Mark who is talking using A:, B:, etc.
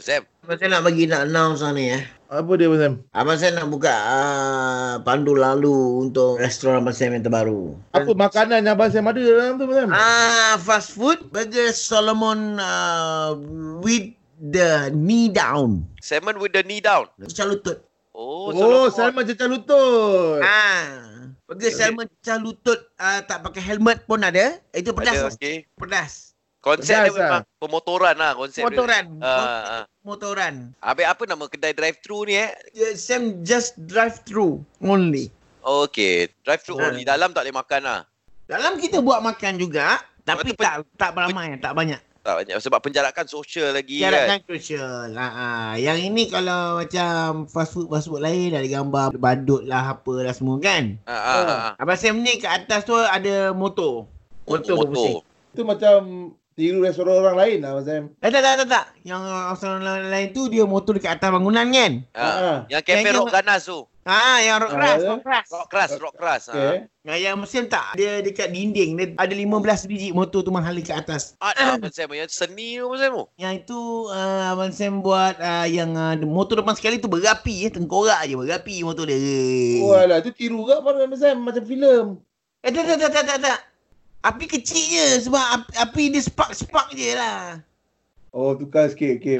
A: Sam.
B: Abang Sam nak bagi nak announce lah ni eh.
C: Apa dia Abang Sam?
B: Abang Sam nak buka uh, pandu lalu untuk restoran Abang Sam yang terbaru.
C: Apa makanan yang Abang Sam ada dalam tu Abang Sam?
B: Ah, fast food burger Solomon uh, with the knee down.
A: Salmon with the knee down.
B: Pecah lutut.
A: Oh,
C: Oh,
A: Solomon.
C: Salman cecah lutut.
B: Ah, burger
A: Okay.
B: salmon pecah lutut uh, tak pakai helmet pun ada. Itu pedas.
A: Ada,
B: Mas.
A: okay.
B: Pedas.
A: Konsep dia
C: Pedas,
A: memang pemotoran lah konsep dia.
B: Motoran.
A: Ah, ah.
B: Motoran.
A: Habis apa nama kedai drive-thru ni eh?
B: Yeah, Sam just drive through only.
A: Oh, okay. Drive-thru
B: Ah.
A: only. Dalam tak boleh makan lah.
B: Dalam kita buat makan juga tapi
A: Lepas tu
B: tak tak beramai, tak banyak.
A: Tak banyak. Sebab penjarakan sosial lagi kan.
B: Jarakkan crucial. Ha, ha. Yang ini kalau macam fast food fast food lain ada gambar badut lah apa lah semua kan.
A: Ah, ah, ah, ah.
B: Abang Sam ni kat atas tu ada motor. Motor berpusing.
A: Motor.
C: Itu macam tiru restoran orang lain lah Abang Sam.
B: Eh, tak, tak, tak, tak. Yang restoran lain, lain tu dia motor dekat atas bangunan kan.
A: Ah.
C: Ah.
A: Yang kafe
B: Yang-
A: rock ganas tu.
B: Ha, yang rock keras,
C: Ah,
B: rock keras.
A: Rock keras, rock keras.
B: Ah.
A: Ah. Okay.
C: Okay.
B: Nah, yang mesin tak. Dia dekat dinding. Dia ada 15 biji motor tu menghala ke atas.
A: Art lah Abang Sam. Yang seni tu Abang Sam tu.
B: Yang itu uh, Abang Sam buat uh, yang uh, motor depan sekali tu berapi. Eh. Tengkorak je berapi motor dia.
C: Oh alah, tu tiru ke apa Abang Sam? Macam filem.
B: Eh, tak, tak, tak, tak, tak, tak. Api kecil je sebab api, api dia spark-spark je lah.
C: Oh, tukar sikit. Okay.